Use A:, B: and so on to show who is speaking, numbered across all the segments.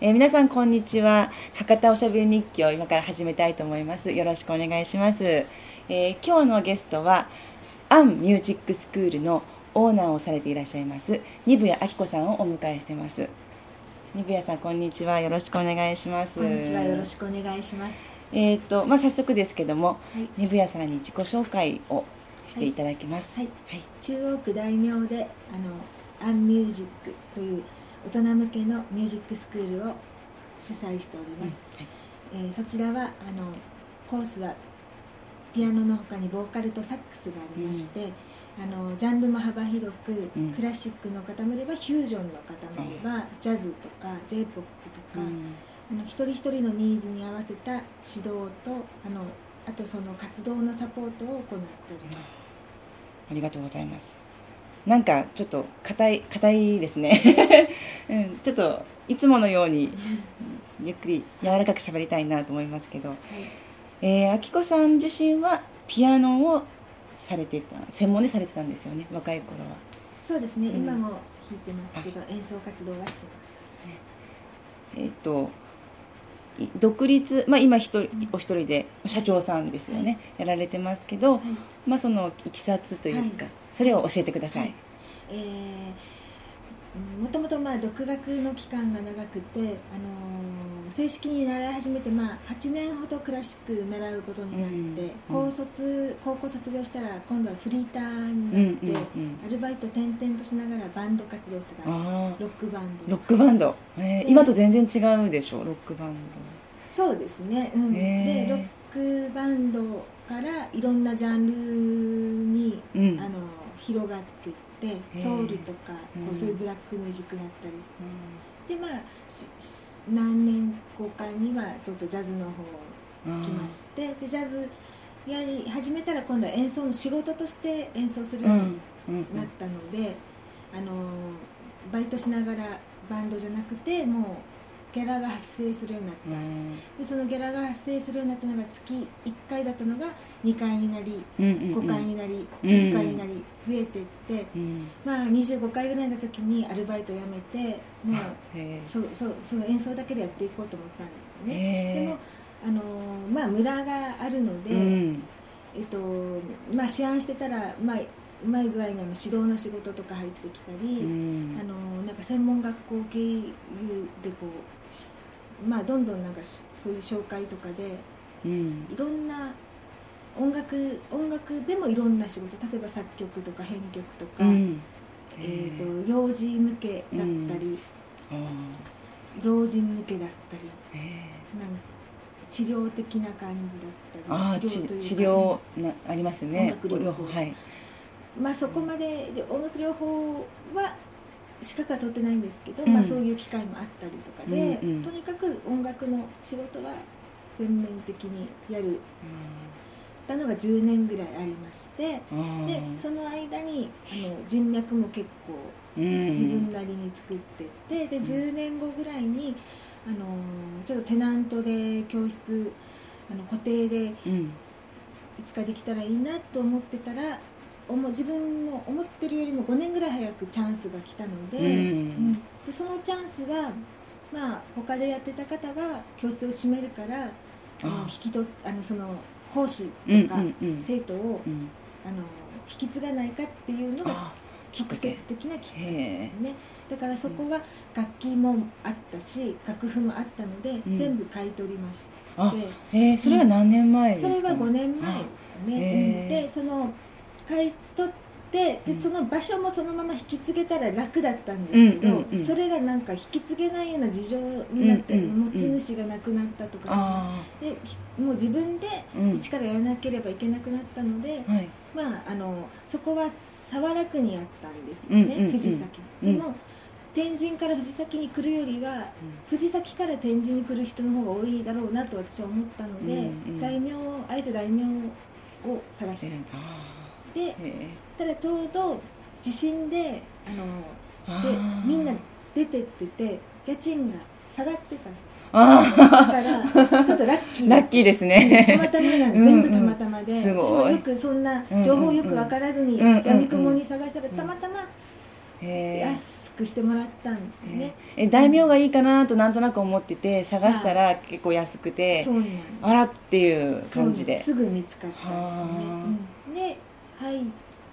A: えー皆さんこんにちは博多おしゃべり日記を今から始めたいと思いますよろしくお願いします、えー今日のゲストはアンミュージックスクールのオーナーをされていらっしゃいます二部谷明子さんをお迎えしてます二部谷さんこんにちはよろしくお願いします
B: こんにちは、よろしくお願いします。
A: えっ、とまあ早速ですけども
B: はい、
A: 二部屋さんに自己紹介をしていただきます。
B: はい中央区大名で、あの、アンミュージックという大人向けのミュージックスクールを主催しております。えーそちらは、あの、コースは。ピアノの他にボーカルとサックスがありまして。あのジャンルも幅広く、
A: うん
B: クラシックの方もいればフュージョンの方もいれば、ジャズとか j p o p とか、あの一人一人のニーズに合わせた指導とあのあとその活動のサポートを行っております。
A: ありがとうございます。なんかちょっと硬い硬いですね。 うん、ちょっといつものようにゆっくり柔らかく喋りたいなと思いますけど、
B: はい、
A: えー、あきこさん自身はピアノをされてた専門でされてたんですよね。若い頃は。
B: そうですね、
A: うん
B: 今も弾いてますけど演奏活動はしてます。
A: えっ、とい独立まあ今一人お一人で社長さんですよね、やられてますけど、
B: はい
A: まあそのいきさつというか、
B: はい
A: それを教えてください。
B: はいえーもともとまあ独学の期間が長くて、あのー正式に習い始めてまあ8年ほどクラシック習うことになって、
A: うんうん
B: 高卒高校卒業したら今度はフリーター
A: うん
B: になっ
A: う
B: て、
A: んうん。
B: アルバイト転々としながらバンド活動してたんです。
A: ああ
B: ロックバンドとか
A: ロックバンド、えー
B: うん
A: 今と全然違うでしょロックバン
B: そうですね、うん
A: へー
B: でロックバンドからいろんなジャンルに、
A: ド。うん。
B: あの広がっていって
A: ー
B: ソウルとか、
A: うん
B: こうそういうブラックミュージックだったりし
A: う
B: てまあしし何年後かにはちょっとジャズの
A: ん
B: 方来ましてでジャズやり始めたら今度は演奏の仕事として演奏する
A: う
B: ようん
A: うん
B: になったので、あのバイトしながらバンドじゃなくてもうギャラが発生するようになった
A: うん
B: です。
A: ん
B: でそのギャラが発生するようになったのが月1回だったのが2回になり
A: うんうん。
B: 5回になり、
A: うん
B: 10回になり増えていって、
A: うん。
B: まあ、25回ぐらいの時にアルバイトを辞めてもう
A: へー
B: そうそうその演奏だけでやっていこうと思ったんですよね。で
A: へ
B: もあのーまあ、村があるので、
A: ーうん
B: えっとまあ、試案してたら、まあ、うまい具合にあの指導の仕事とか入ってきたり、
A: うん
B: あのなんか専門学校経由でこうしまあどんどんなんかしそういう紹介とかで
A: うん
B: いろんな音楽音楽でもいろんな仕事例えば作曲とか編曲とか、
A: うん。
B: え
A: へ
B: ー、と幼児向けだったり、
A: あ
B: 老人向けだったり
A: ーへー
B: なん治療的な感じだった
A: あ
B: り
A: ーち
B: というか
A: 治療なありますよね。
B: 音楽療法
A: 両方はい。
B: まあ、そこまでで音楽療法は資格は取ってないんですけど、
A: うん
B: まあ、そういう機会もあったりとかで、
A: うんうん
B: とにかく音楽の仕事は全面的にやるたのが10年ぐらいありまして
A: あー
B: でその間にあの人脈も結構
A: うん
B: 自分なりに作ってって、で10年後ぐらいにあのちょっとテナントで教室あの固定で
A: うん
B: いつかできたらいいなと思ってたらおも自分の思ってるよりも5年ぐらい早くチャンスが来たので,、
A: うん
B: うんでそのチャンスは、まあ、他でやってた方が教室を閉めるからあ
A: あ
B: の引
A: ー
B: き取っあのその講師
A: うん
B: とか
A: うんうん
B: 生徒を
A: うん
B: あの引き継がないかっていうのが
A: あーきっ
B: 直
A: かけ
B: 接的なきっかけで
A: へ
B: すねだからそこは楽器もあったし楽譜もあったので、
A: ん
B: 全部買い取りまして
A: あえへえそれは何年前です
B: そ
A: か
B: れは5年前ですかね、うん
A: あへえ
B: でその買い取って
A: う
B: で
A: ん
B: その場所もそのまま引き継げたら楽だったんですけ
A: う
B: ど、
A: んうんうん
B: それがなんか引き継げないような事情になって、
A: うんうんうん
B: 持ち主が亡くなったとか
A: あ
B: でひもう自分で
A: あうん
B: 一からやらなければいけなくなったので、
A: はい
B: まあ、あのそこは沢楽にあったんですよ
A: うん
B: ね、
A: うんうん
B: 藤崎
A: う
B: で
A: ん
B: も、天神から藤崎に来るよりは藤崎から天神に来る人の方が多いだろうなと私は思ったので、
A: うんうん
B: 大名をあえて大名を探して
A: あ
B: で
A: ーへえ
B: ただちょうど地震であの
A: あ
B: で
A: ー
B: みんな出てってて家賃が下がってたん ですだ
A: あ
B: からちょっとラッキ
A: ー
B: ー
A: ラッキーです
B: たま
A: ね
B: たまなん
A: う
B: です、
A: んうん
B: 全部たまたまで、
A: すごい
B: 私もよくそんな情報よく分からず
A: う
B: に、
A: んうんうん
B: やみくもに探した
A: う
B: ら、
A: ん
B: たまたま
A: へえ
B: 安くしてもらったんですよね、
A: え大名がいいかなとなんとなく思ってて探したら結構安くて、
B: そうなんです
A: あらっていう
B: そう
A: 感じで。
B: すぐ見つかったんですよね
A: はあ、
B: うんで入っ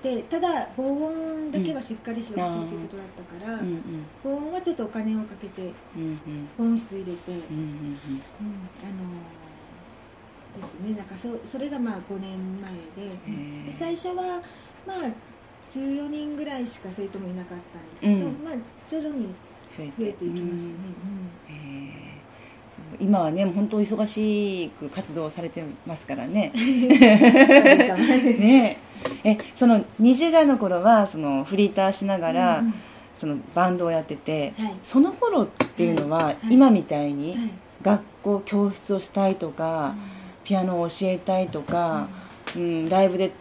B: てただ防音だけはしっかりしてほしいということだったから、
A: うんうん
B: 防音はちょっとお金をかけて
A: うんうん
B: 保温室入れて、
A: うんうんうん
B: うんあのーですねなんかそそれがまあ5年前で
A: へー
B: で最初はまあ14人ぐらいしか生徒もいなかったんですけど、
A: うん
B: まあ徐々に
A: 増え
B: 増えていきましたね
A: うん、へーそう今はねもう本当忙しく活動されてますからね。
B: うんおかげさまで
A: ねええその20代の頃はそのフリーターしながら、
B: うんうん
A: そのバンドをやってて
B: はい、
A: その頃っていうのは、
B: い
A: 今みたいに
B: はい
A: 学校教室をしたいとか、ピアノを教えたいとか、うんライブで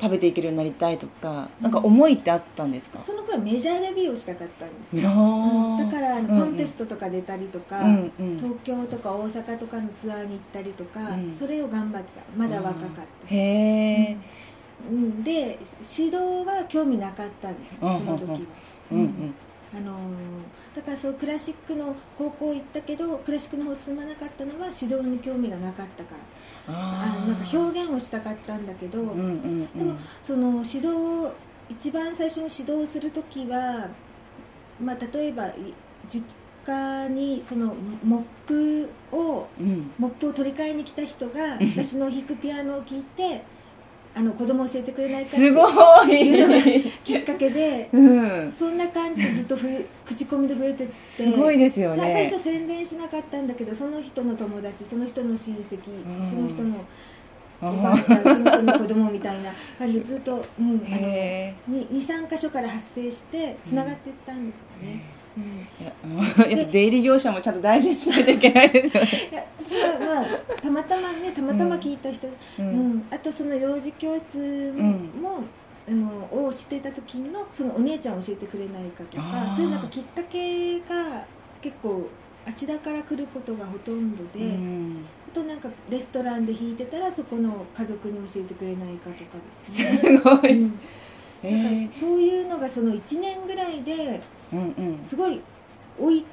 A: 食べていけるようになりたいとか、なんか思いってあったんですか、
B: その頃メジャーデビューをしたかったんです
A: い
B: よ
A: やー
B: だからあのコンテストとか出たりとか、
A: うんうん
B: 東京とか大阪とかのツアーに行ったりとか、
A: うん
B: それを頑張ってたまだ若かったし、
A: へえ、
B: うん、で指導は興味なかったんですそ
A: うん
B: の時は、
A: うんうん
B: あのーだからそうクラシックの高校行ったけどクラシックの方進まなかったのは指導に興味がなかったからあ
A: あー
B: なんか表現をしたかったんだけど、
A: うんうんうん
B: でもその指導を一番最初に指導する時は、まあ、例えばい実家にそのモップを
A: うん
B: モップを取り替えに来た人が
A: うん
B: 私の弾くピアノを聴いてあの子供を教えてくれないかって
A: す
B: いう
A: ご
B: いう
A: い、
B: きっかけで
A: うん、
B: そんな感じでずっとふ 口コミで増えてって
A: すごいですよ
B: さ最
A: ね
B: 初宣伝しなかったんだけどその人の友達その人の親戚
A: うん
B: その人の
A: あ
B: お
A: ー
B: ばあちゃんその人の子供みたいな感じでずっと、うん、あの
A: へ
B: 23箇所から発生してつながっていったんですよ
A: ー
B: ね、うん
A: いやうんやっぱ出入り業者もちゃんと大事にしないといけないですよね。
B: いや私はまあたまたまねたまたま聞いた人、
A: う
B: うん
A: ん
B: あとその幼児教室も、あのをしていた時のそのお姉ちゃんを教えてくれないかと
A: あ
B: か
A: ー
B: そういうなんかきっかけが結構あちらから来ることがほとんどで、
A: うん
B: あとなんかレストランで弾いてたらそこの家族に教えてくれないかとかです
A: す
B: ね。
A: ご
B: う
A: い。
B: ん
A: え
B: なん
A: ー
B: かそういうのがその1年ぐらいで
A: うんうん
B: すごい追い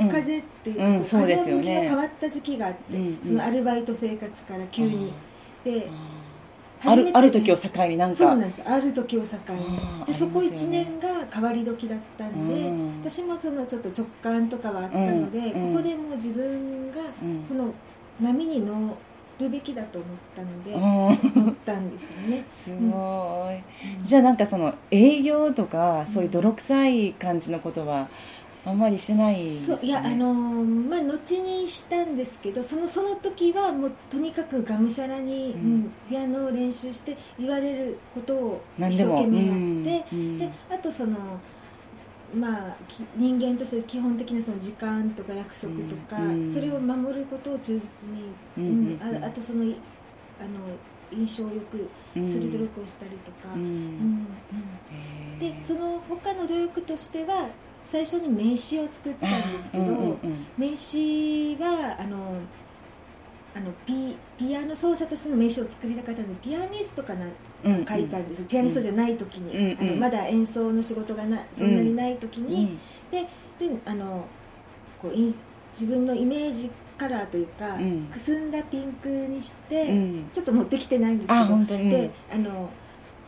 A: うん
B: 風っていうか、
A: うんそうですよね
B: 風向きが変わった時期があって、
A: うんうん
B: そのアルバイト生活から急に。で
A: あーあ
B: 初めてね
A: るある時を境になんか。
B: そうなんですある時を境
A: あ
B: に
A: ー
B: でそこ
A: あります
B: 1
A: よね
B: 年が変わり時だったんで、
A: うん
B: 私もそのちょっと直感とかはあったので、
A: うんうん
B: ここでもう自分が
A: うん
B: この波に乗るべきだと思ったので、
A: うん
B: 乗ったんですよね
A: すごい。
B: うん
A: じゃあなんかその営業とかそういう泥臭い感じのことはあんまりしてないです
B: そういやあのーまあ後にしたんですけどそのその時はもうとにかくがむしゃらに、
A: う
B: うんんピアノを練習して言われることを
A: 何
B: 一
A: で
B: 生
A: も
B: 懸命やっ
A: う
B: て、
A: んうん
B: であとそのまあき人間として基本的なその時間とか約束とか、
A: うん
B: それを守ることを忠実に、
A: う
B: うん
A: んうん
B: ああとそのいあの印象をよくする努力をしたりとか、
A: うん
B: うん
A: へー
B: でその他の努力としては最初に名刺を作ったんですけど。
A: うんうんうん
B: 名刺はあのあのピピアノ奏者としての名刺を作りたかったのでピアニストかな
A: うん
B: 書いたんですよ、ピアニストじゃない時に、
A: うん
B: あ
A: う
B: の
A: ん
B: まだ演奏の仕事がなそんなにない時
A: うん
B: に、であのこうい自分のイメージカラーというか、
A: うん
B: くすんだピンクにし
A: う
B: て、
A: ん
B: ちょっと持ってきてないんですけ
A: あ
B: ど
A: 本当に
B: であの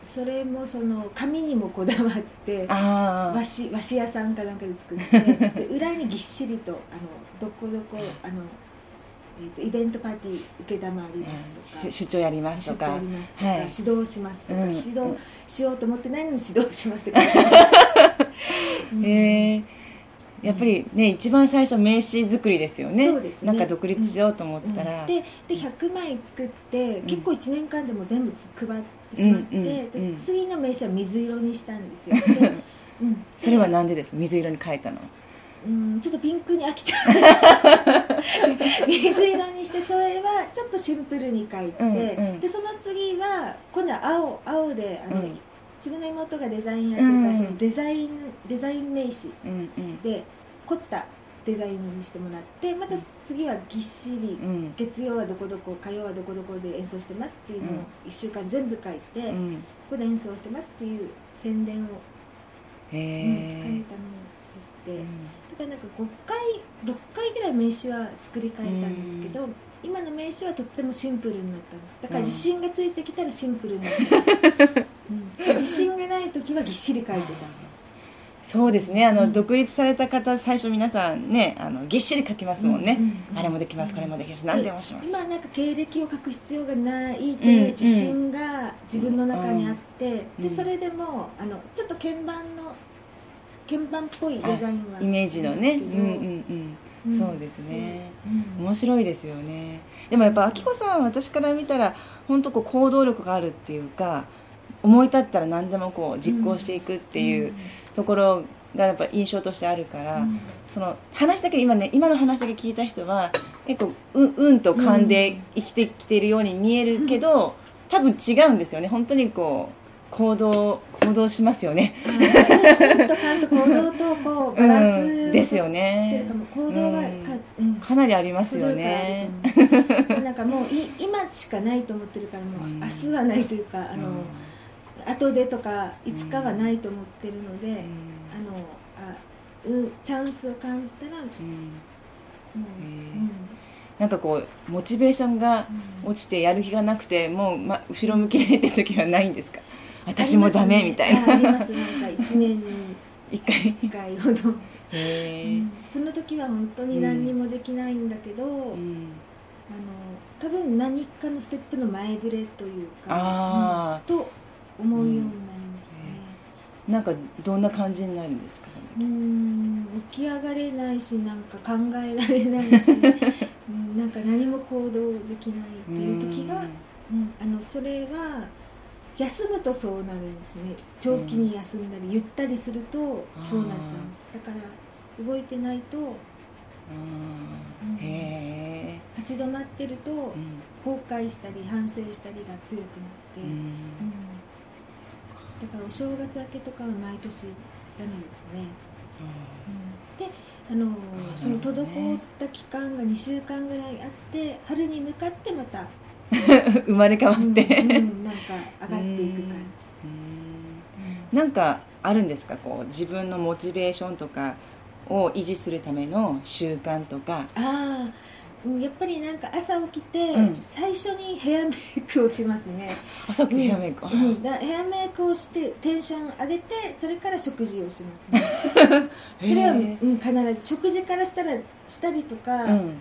B: それもその紙にもこだわって
A: あ
B: 和紙和紙屋さんかなんかで作って で裏にぎっしりとあのどこどこあの、えー、とイベントパーティー受け玉ありますとか
A: し出張やります
B: 出
A: とか
B: 張ありますとか、
A: はい
B: 指導しますとか、
A: うん
B: 指導しようと思ってないのに指導しま すとか、うん
A: へえやっぱりね一番最初名刺作りですよね
B: そうですね
A: なんか独立しようと思っ
B: うん
A: たら、
B: でで100枚作って、
A: うん
B: 結構1年間でも全部配ってしまって、
A: うんうん
B: で
A: うん
B: 次の名刺は水色にした んですよ。でうん
A: それはなんでですか水色に変えたのは
B: うん、ちょっとピンクに飽きちゃ う水色にしてそれはちょっとシンプルに描いて、
A: うんうん
B: でその次は今度は青青であの、
A: うん
B: 自分の妹がデザインやってるから、
A: うん
B: そのデザインデザイン名刺
A: うんうん
B: で凝ったデザインにしてもらってまた次はぎっしり、
A: うん
B: 月曜はどこどこ火曜はどこどこで演奏してますっていうのを
A: うん
B: 1週間全部書いて、
A: う
B: こ
A: ん
B: こで演奏してますっていう宣伝をう
A: へ
B: ん、
A: え
B: 兼ねたのもあって、だからなんか5回6回ぐらい名刺は作り変えたんですけど、今の名刺はとってもシンプルになったんですだから自信がついてきたらシンプルになったんです、うん自信がない時はぎっしり書いて
A: そうですねあの、
B: うん
A: 独立された方最初皆さんねあのぎっしり書きま
B: た
A: すもんね、
B: う
A: あれもできますこれもできます何でもします、
B: 今なんか経歴を書く必要がないという自信が自分の中にあって、
A: うん
B: でそれでもあのちょっと鍵盤の鍵盤っぽいデザインは
A: イメージのね
B: あ
A: う
B: る
A: んう
B: んですけど
A: んうん
B: うん
A: そうですね
B: そううん
A: 面白いですよねでもやっぱきこさんは私から見たら本当こう行動力があるっていうか思い立ったら何でもこう実行していくっていうところがやっぱ印象としてあるから、
B: うん
A: その話だけ今ね今の話だけ聞いた人は結構ううんと勘で生きてきているように見えるけど、多分違うんですよね本当にこう行動行動しますよね。
B: うんと感と行動と こうバランス、
A: うん、ですよ
B: ってい
A: ね
B: うか。もう行動がか、うん
A: かなりありま
B: 行
A: す
B: 動
A: よ
B: 力がある
A: ね。
B: と思うそうなんかもうい今しかないと思ってるからもう、
A: うん
B: 明日はないというかあの、後でとかいつかはないと思ってるので、
A: うん
B: あのあうんチャンスを感じたらもう、
A: うん
B: う
A: へ
B: ん
A: なんかこうモチベーションが
B: うん
A: 落ちてやる気がなくてもう、ま、後ろ向きでって時はないんですか私もダメみたいな、
B: ありますねあありますなんか1年に
A: 一回
B: 1 回ほど、
A: へえ、
B: うんその時は本当に何にもできないんだけど、
A: うん
B: あの多分何かのステップの前触れというか、
A: あ
B: と思うようになりますね、
A: あなんかどんな感じになるんですかその
B: う
A: 時、
B: ん起き上がれないしなんか考えられないし、 うん、なんか何も行動できないっていう時が、うんあのそれは休むとそうなるんですね長期に休んだりゆったりするとそうなっちゃうんですだから動いてないと
A: うんあーへえ、
B: 立ち止まってると
A: うん
B: 後悔したり反省したりが強くなって、
A: うん
B: だからお正月明けとかは毎年ダメですね、であの
A: あー
B: その
A: なるほどね
B: 滞った期間が2週間ぐらいあって春に向かってまた、
A: 生まれ変わ
B: うん
A: って、
B: うんなんか上がっていく感じ、
A: うん
B: うん
A: なんかあるんですかこう自分のモチベーションとかを維持するための習慣とか
B: ああうんやっぱりなんか朝起きて
A: うん
B: 最初にヘアメイクをしますね、
A: 朝起きてヘアメイク、
B: うんだヘアメイクをしてテンション上げてそれから食事をしますねそれは、う
A: へえ
B: ん、必ず食事からしたらしたりとか、
A: うん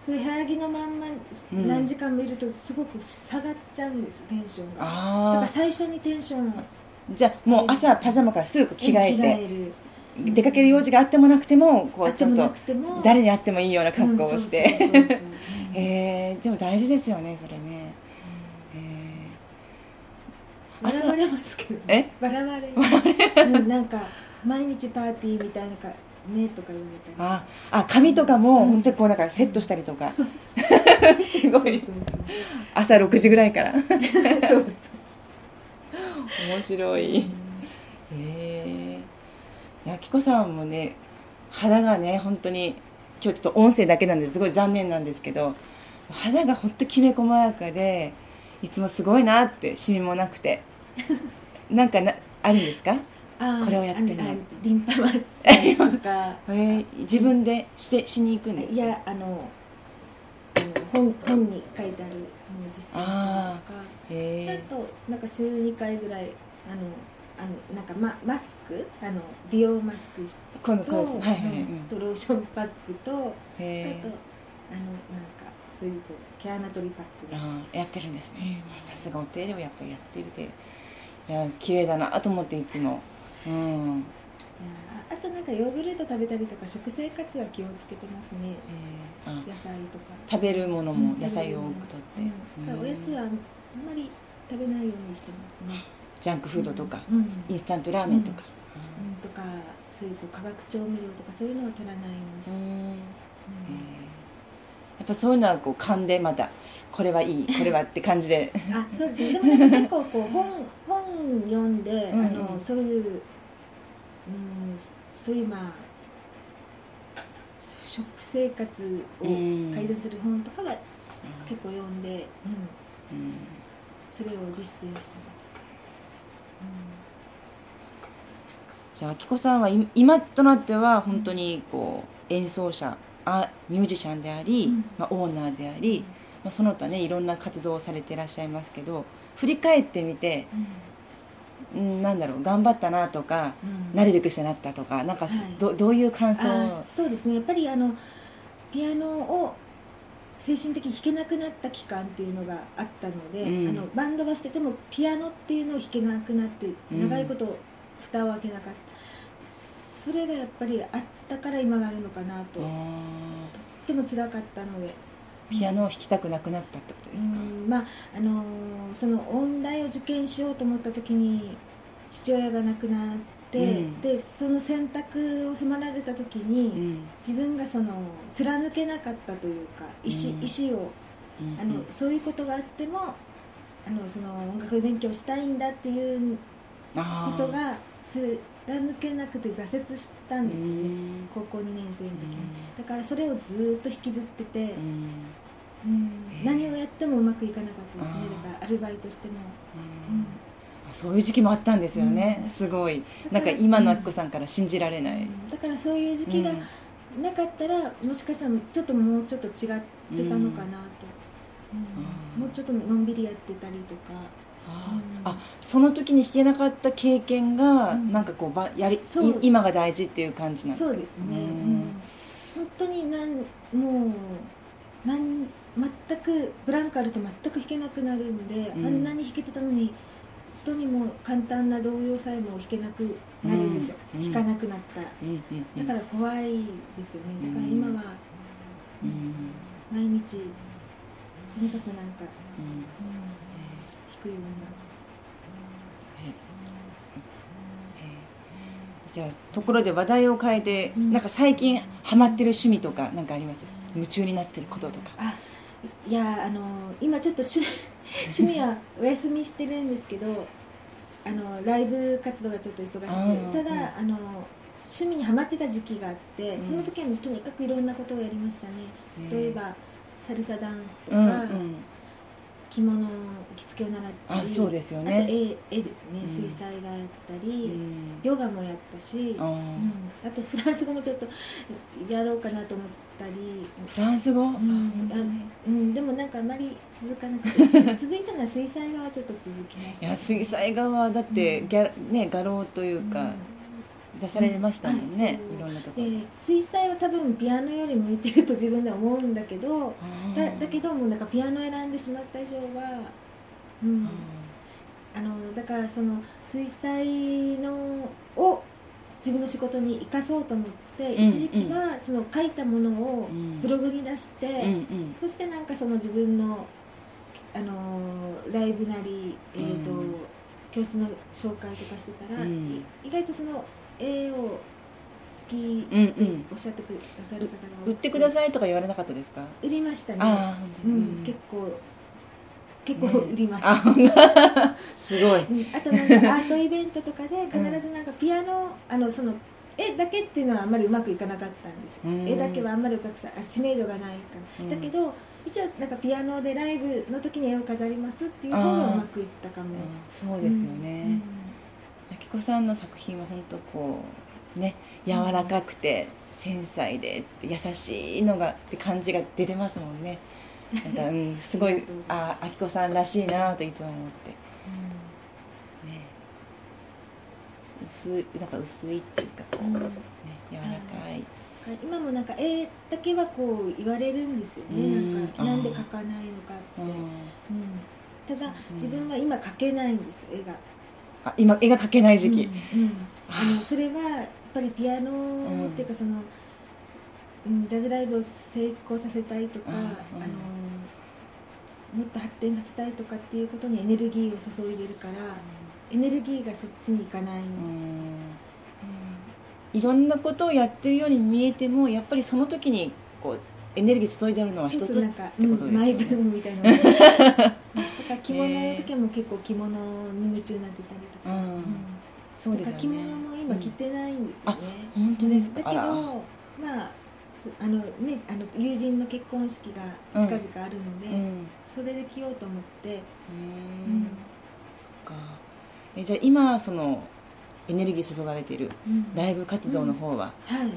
B: そういう部屋着のまんま
A: うん
B: 何時間もいるとすごく下がっちゃうんですよテンションがだか
A: あ
B: ら最初にテンションを
A: あじゃあもう朝パジャマからすぐ着替え
B: 着
A: て
B: 替える
A: 出かける用事があってもなくてもこ
B: あ
A: う
B: っ
A: ち
B: て
A: ょっ
B: もな
A: と
B: くても
A: 誰に会ってもいいような格好をして、
B: うんそうそうそうそう
A: へえでも大事ですよねそれねへえ
B: うん笑われますけどね笑われうんなんか毎日パーティーみたいなかねとか言われたり
A: ああ髪とかも
B: うん
A: 本当にこうなんかセットしたりとか、すごい
B: そうそう
A: 朝6時ぐらい から
B: そうそうそう
A: 面白いへえいやきこさんもね肌がね本当に今日ちょっと音声だけなんですごい残念なんですけど肌がほんときめ細やかでいつもすごいなってシミもなくてなんかなあるんですか、
B: あー
A: これをやってるの
B: あのあリンパマッサージ とか
A: えー自分でしてしに行くんですか
B: いやあのあの本本に書いてあるものを実践したりとか
A: へ
B: ちょっ
A: え
B: となんか週2回ぐらいあのあのなんかママスクあの美容マスクし
A: 今度
B: と,、
A: こうはいはいはい、う
B: うん
A: ん、
B: とローションパックと、あとあの
A: へ
B: なん
A: え
B: かそういうこう毛穴取りパックが
A: あーやってるんですねまあさすがお手入れをやっぱりやってるでいや綺麗だなと思っていつもうん
B: ああとなんかヨーグルト食べたりとか食生活は気をつけてますね
A: へーあ
B: 野菜とか
A: 食べるものも
B: うん
A: 野菜を多くとって、
B: うんだからおやつはあんまり食べないようにしてますね
A: ジャンクフードとか、
B: うん
A: インスタントラーメンとか、
B: うんとかそういうこう化学調味料とかそういうのを取らないようにし
A: う
B: て、
A: ん
B: うん
A: やっぱそういうのはこう勘でまたこれはいいこれはって感じで
B: あそ うですねでもなんか結構こう本本読んで、
A: うん
B: あのそういう、うん、そういうまあし食生活を
A: うん
B: 改善する本とかは結構読んで、うん、
A: うん
B: それを実践してます、
A: じゃあ、あきこさんはい今となっては本当にこう演奏者あミュージシャンであり、
B: うん
A: まあ、オーナーであり、まあ、その他ねいろんな活動をされていらっしゃいますけど振り返ってみてうんなんだろう頑張ったなとか
B: うん
A: なるべくしてなったとかなんか
B: はい
A: ど,、どういう感想
B: あーそうですねやっぱりあのピアノを精神的に弾けなくなった期間っていうのがあったので、
A: うん
B: あのバンドはしててもピアノっていうのを弾けなくなって
A: ん
B: 長いこと蓋を開けなかった、それがやっぱりあったから今があるのかなと、
A: うー
B: とっ
A: ん
B: ても辛かったので
A: ピアノを弾きたくなくなったってことですか、
B: うんまああのーその音大を受験しようと思った時に父親が亡くな
A: う
B: って、
A: ん
B: でその選択を迫られた時
A: う
B: に、
A: ん
B: 自分がその貫けなかったというか意思,、
A: うん
B: 意思を
A: うん
B: あの、そういうことがあってもあのその音楽勉強したいんだっていうこ
A: あー
B: とが貫けなくて挫折したんですよ
A: う
B: ね、
A: ん
B: 高校2年生の時に、
A: うん
B: だからそれをずっと引きずってて、
A: うん
B: うん何をやってもうまくいかなかったですね
A: あー
B: だからアルバイトしても
A: うんあそういう時期もあったんですよね、
B: うん
A: すごいな
B: だ
A: ん
B: から
A: か今のあきこさんから信じられない、
B: だからそういう時期が
A: うん
B: なかったら、もしかしたらちょっともうちょっと違ってたのかなと、
A: うん
B: うんもうちょっとのんびりやってたりとか
A: あー
B: うん
A: あその時に弾けなかった経験が、
B: うん
A: なんかこうばやりい
B: そう
A: 今が大事っていう感じなんです
B: そ
A: か
B: うですね、
A: う
B: うんん本当になんもうなん全くブランクあると全く弾けなくなるんで、
A: うん
B: あんなに弾けてたのに本当にもう簡単な動揺さえも弾けなくなるんですよ、
A: うん
B: 弾かなくなったら。
A: うんうんうん
B: だから怖いですよねだから今は
A: うん
B: 毎日とにかくなんか、
A: うん
B: うん、弾くようにな
A: じゃあところで話題を変えて、
B: うん
A: なんか最近ハマってる趣味とかなんかあります夢中になってることとか
B: あいやあの今ちょっと趣趣 味はお休みしてるんですけどあのライブ活動がちょっと忙しくて
A: うん
B: ただ、あの趣味にはまってた時期があって、
A: うん
B: その時はもうとにかくいろんなことをやりましたね
A: ね
B: 例えばサルサダンスと
A: う
B: か、
A: んうん
B: 着物の着付けを習ったり
A: あそうですよ
B: あと
A: ね
B: 絵絵ですね、
A: うん
B: 水彩画やった
A: う
B: り、
A: ん
B: ヨガもやったし、
A: あー
B: うんあとフランス語もちょっとやろうかなと思ったり、
A: フランス語、あ本
B: あ
A: 当ね
B: うん、でもなんかあまり続かなくてですね続いたのは水彩画はちょっと続きまし
A: い
B: た
A: や水彩画はだってギャ、ね、画廊というか出されましたもんね、
B: うんあそう
A: いろんなとこ
B: う
A: ろ
B: んで水彩は多分ピアノより向いてると自分では思うんだけど
A: あ
B: だ
A: ー
B: だけどもうなんかピアノを選んでしまった以上は、うん
A: あ
B: あのだからその水彩のを自分の仕事に生かそうと思って、
A: うん
B: 一時期はその書いたものを
A: ーうん
B: ブログに出して、
A: うんうん
B: そしてなんかその自分の、あのーライブなり、えーと
A: うん
B: 教室の紹介とかしてたら、
A: うん
B: い意外とその絵を好き
A: うん
B: って
A: うん
B: おっしゃってくださる方が多く
A: 売ってくだ
B: い
A: さいとか言われなかったですか、
B: 売りましたね
A: ああ本当
B: う
A: に、
B: ん、結構結構売りました、
A: あほんと すごい
B: うんあとなんか アートイベントとかで必ずなんかピアノ、あのその絵だけっていうのはあんまりうまくいかなかったんですよ、
A: うん
B: 絵だけはあんまりお客さんあ知名度がないから、
A: うん
B: だけど一応なんかピアノでライブの時に絵を飾りますっていう方がうまくいったかも、
A: そうですよね、あきこさんの作品は本当こうね柔らかくて繊細で優しいのがって感じが出てますもんねなんか、うん、 すご
B: あ
A: い
B: りがとうござい
A: ああきこさんらしいなといつも思ってね薄いなんか薄いっていうかこ
B: う
A: う、
B: ん
A: ね、柔らかい、
B: うんうん今もなんか絵だけはこう言われるんですよ
A: う
B: ね、
A: ん
B: なん
A: あ
B: か
A: ー
B: なんで描かないのかって、
A: うん
B: うんただ
A: うん
B: 自分は今描けないんですよ絵が。
A: あ今絵が描けない時期、
B: うんうんあ
A: あ
B: のそれはやっぱりピアノっていうかその、うん、ジャズライブを成功させたいとか、
A: うんうん
B: あのもっと発展させたいとかっていうことにエネルギーを注いでるからエネルギーがそっちに行かな
A: う
B: い、
A: んいろんなことをやってるように見えてもやっぱりその時にこうエネルギー注いでるのは
B: そ
A: 一
B: う
A: つ
B: そうなんか、
A: てことですよね
B: マイブーム みたいなだから着物の時も結構着物に夢中になってたり
A: う
B: とか、
A: ん
B: うん
A: そうで
B: だ
A: す
B: か
A: よ
B: ら
A: ね
B: 着物も今着てないんですよね、
A: うん本当ですか
B: だけどまあそあのねあの友人の結婚式が近々あるので、
A: うんうん
B: それで着ようと思って、
A: そっかえじゃあ今そのエネルギー注がれている
B: うん
A: ライブ活動の方は、
B: はい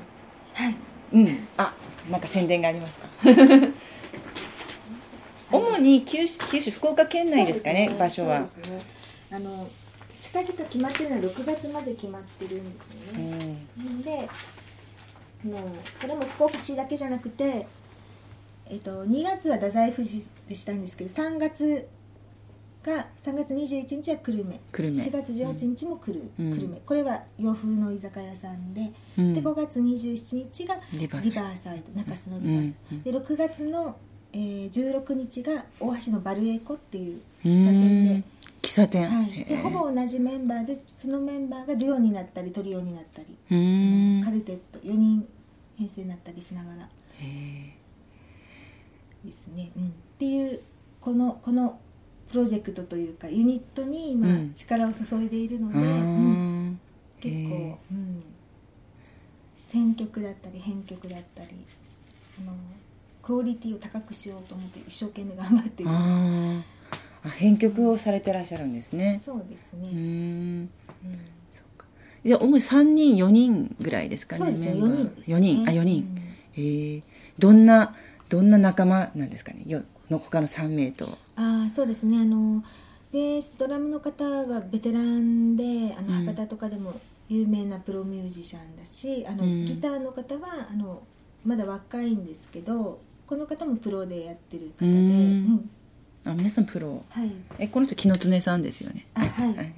B: はい
A: うんあなんか宣伝があり ますか主に九州九州福岡県内ですかね
B: そう
A: 場所は
B: そうですねあの近々決まってるのは6月まで決まってるんですよね、でもうこれも福岡市だけじゃなくて、えっと、2月は太宰府市でしたんですけど3月が3月21日は久留米
A: 久留米
B: 4月18日も久留,、
A: うん
B: 久留米これは洋風の居酒屋さんで,、
A: うん、うん
B: で5月27日が
A: リバーサイド
B: リバーサイド中洲のリバーサイド、で6月の、えー、16日が大橋のバルエコっていう
A: うん
B: 喫茶店で,、
A: 喫茶店、
B: はい、で
A: へえ
B: ほぼ同じメンバーでそのメンバーがデュオになったりトリオになったり、
A: うーん
B: カルテット4人編成になったりしながら
A: へえ
B: ですね、うん、っていうこのこのプロジェクトというかユニットに
A: う
B: 今
A: ん
B: 力を注いでいるの
A: う
B: で、
A: ー
B: うん
A: ん
B: 結
A: へえ、
B: 構うん、選曲だったり編曲だったりあのクオリティを高くしようと思って一生懸命頑張っている
A: あーあ編曲をされてらっしゃるんですね
B: そうです
A: う
B: ね、
A: ーん
B: うん
A: そっかじゃあ主に3人4人ぐらいですかね
B: そうですね
A: メン
B: 4
A: バー
B: 人です、ね、
A: 四人あ四人、へえどんなどんな仲間なんですかねよの他の3名と
B: うんああそうですねあのでドラムの方はベテランであの
A: うん
B: 博多とかでも有名なプロミュージシャンだしあの、
A: うん
B: ギターの方はあのまだ若いんですけどこの方もプロでやってる方で、
A: うん
B: うん
A: あ皆さんプロ
B: はい
A: えこの人木の常さんですよね
B: あはい
A: はい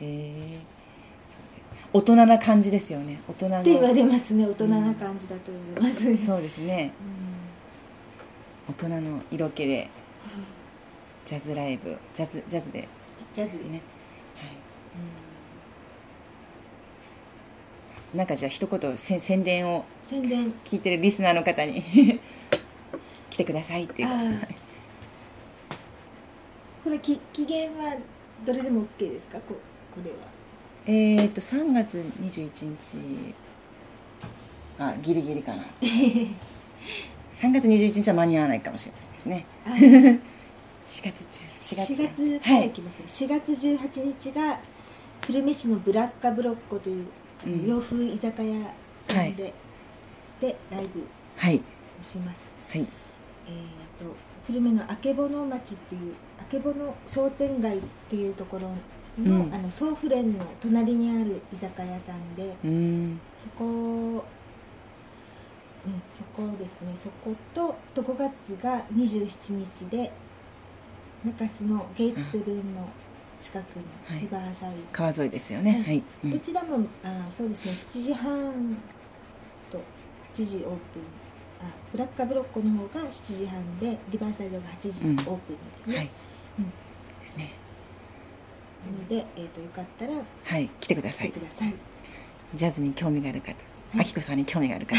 A: え大人な感じですよね大人の
B: って言われますね大人な感じだと思います、うん、
A: そうですね大人の色気でジャズライブジャズジャズでね
B: ジャズ
A: はい
B: で、うん
A: なんかじゃあ一言せ宣伝を
B: 宣伝
A: 聞いてるリスナーの方に 来てくださいっていう
B: あーこれき期限はどれでも OK ですかここれは
A: えー、っと3月21日あギリギリかな3月21日は間に合わないかもしれないですね
B: 4
A: 4月中4月
B: 月月か
A: は
B: らい
A: い
B: きますね、4月18日が久留米市のブラッカブロッコというあの
A: うん
B: 洋風居酒屋さんで、でライブを
A: はい
B: します
A: はい
B: えー、と久留米のあけぼの町っていうあけぼの商店街っていうところの,、
A: うん
B: あの総府連の隣にある居酒屋さんで
A: うーん
B: そこうんそこですねそことと5月が27日で中洲のゲイツセブンの近く
A: は
B: の
A: い
B: リバーサイド、
A: 川沿いですよね
B: は
A: はい、うん
B: どちらもあそうですね7時半と8時オープンあブラッカブロッコの方が7時半でリバーサイドが8時
A: うん
B: オープンですね、
A: はい、
B: うん
A: ですね
B: ので、えー、とよかったら
A: はい来てくだ
B: 来
A: さ
B: て
A: い
B: ください、
A: ジャズに興味がある方
B: い
A: あきこさんに興味がある方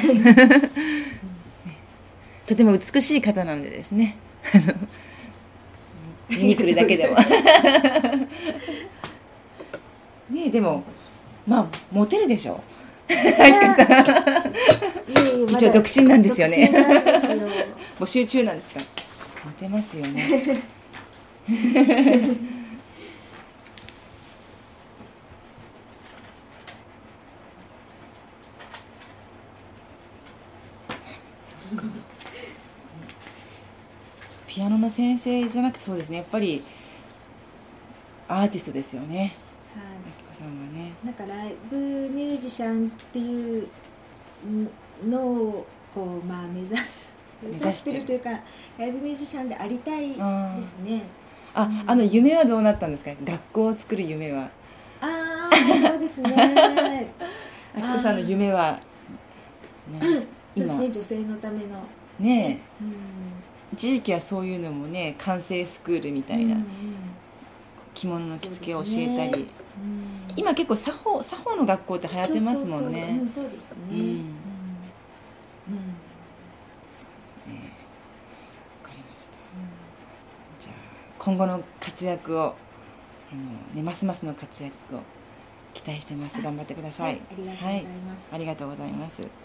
A: とても美しい方なんでですねあの見に来るだけでも ねえでもまあモテるでしょ
B: いえいえまだ
A: 一応独身なんですよね
B: 独身なんですよ
A: 募集中なんですかモテますよねそうかピアノの先生じゃなくてそうですねやっぱりアーティストですよね
B: はい
A: あきこさんはね
B: なんかライブミュージシャンっていうんのをこうまあ目指目
A: 指して
B: 指してるというかライブミュージシャンでありたいです
A: あー
B: ね。
A: ああの夢はどうなったんですか学校を作る夢は
B: ああ そうですね。
A: あきこさんの夢は何ですか
B: そうです
A: 今
B: ね女性のための。
A: ねえ
B: うん
A: 一時期はそういうのもね完成スクールみたいな、
B: うん
A: 着物の着付けを教えたり、
B: そうですねうん
A: 今結構作法作法の学校って流行ってますもんね
B: そうそうそううんそうですね。
A: うん
B: うんうん
A: ねわかりましたじゃあ今後の活躍をあの、ね、ますますの活躍を期待してます頑張ってくださ、
B: はいいありがとうございます。
A: ありがとうございます